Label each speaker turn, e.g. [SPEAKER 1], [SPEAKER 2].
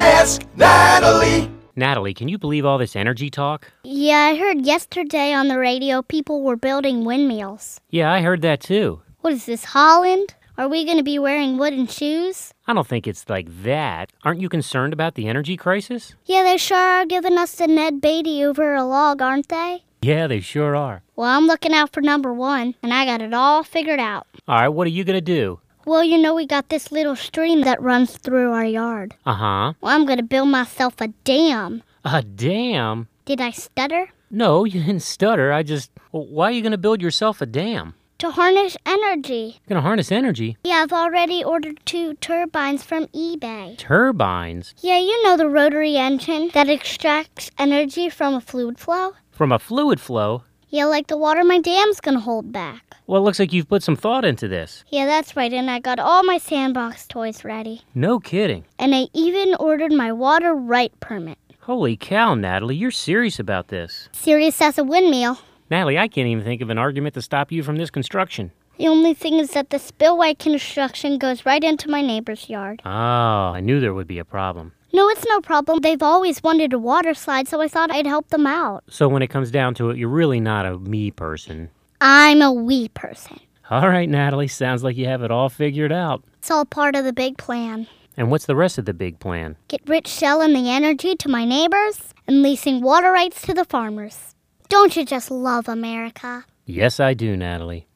[SPEAKER 1] Ask Natalie.
[SPEAKER 2] Natalie, can you believe all this energy talk?
[SPEAKER 3] Yeah, I heard yesterday on the radio people were building windmills.
[SPEAKER 2] Yeah, I heard that too.
[SPEAKER 3] What is this, Holland? Are we going to be wearing wooden shoes?
[SPEAKER 2] I don't think it's like that. Aren't you concerned about the energy crisis?
[SPEAKER 3] Yeah, they sure are giving us the Ned Beatty over a log, aren't they?
[SPEAKER 2] Yeah, they sure are.
[SPEAKER 3] Well, I'm looking out for number one, and I got it all figured out.
[SPEAKER 2] All right, what are you going to do?
[SPEAKER 3] Well, you know, we got this little stream that runs through our yard.
[SPEAKER 2] Uh huh.
[SPEAKER 3] Well, I'm going to build myself a dam.
[SPEAKER 2] A dam?
[SPEAKER 3] Did I stutter?
[SPEAKER 2] No, you didn't stutter. I just. Well, why are you going to build yourself a dam?
[SPEAKER 3] To harness energy.
[SPEAKER 2] You're going to harness energy?
[SPEAKER 3] Yeah, I've already ordered two turbines from eBay.
[SPEAKER 2] Turbines?
[SPEAKER 3] Yeah, you know the rotary engine that extracts energy from a fluid flow?
[SPEAKER 2] From a fluid flow?
[SPEAKER 3] Yeah, like the water my dam's gonna hold back.
[SPEAKER 2] Well, it looks like you've put some thought into this.
[SPEAKER 3] Yeah, that's right, and I got all my sandbox toys ready.
[SPEAKER 2] No kidding.
[SPEAKER 3] And I even ordered my water right permit.
[SPEAKER 2] Holy cow, Natalie, you're serious about this.
[SPEAKER 3] Serious as a windmill.
[SPEAKER 2] Natalie, I can't even think of an argument to stop you from this construction.
[SPEAKER 3] The only thing is that the spillway construction goes right into my neighbor's yard.
[SPEAKER 2] Oh, I knew there would be a problem.
[SPEAKER 3] No, it's no problem. They've always wanted a water slide, so I thought I'd help them out.
[SPEAKER 2] So when it comes down to it, you're really not a me person.
[SPEAKER 3] I'm a wee person.
[SPEAKER 2] All right, Natalie, sounds like you have it all figured out.
[SPEAKER 3] It's all part of the big plan.
[SPEAKER 2] And what's the rest of the big plan?
[SPEAKER 3] Get rich selling the energy to my neighbors and leasing water rights to the farmers. Don't you just love America?
[SPEAKER 2] Yes, I do, Natalie.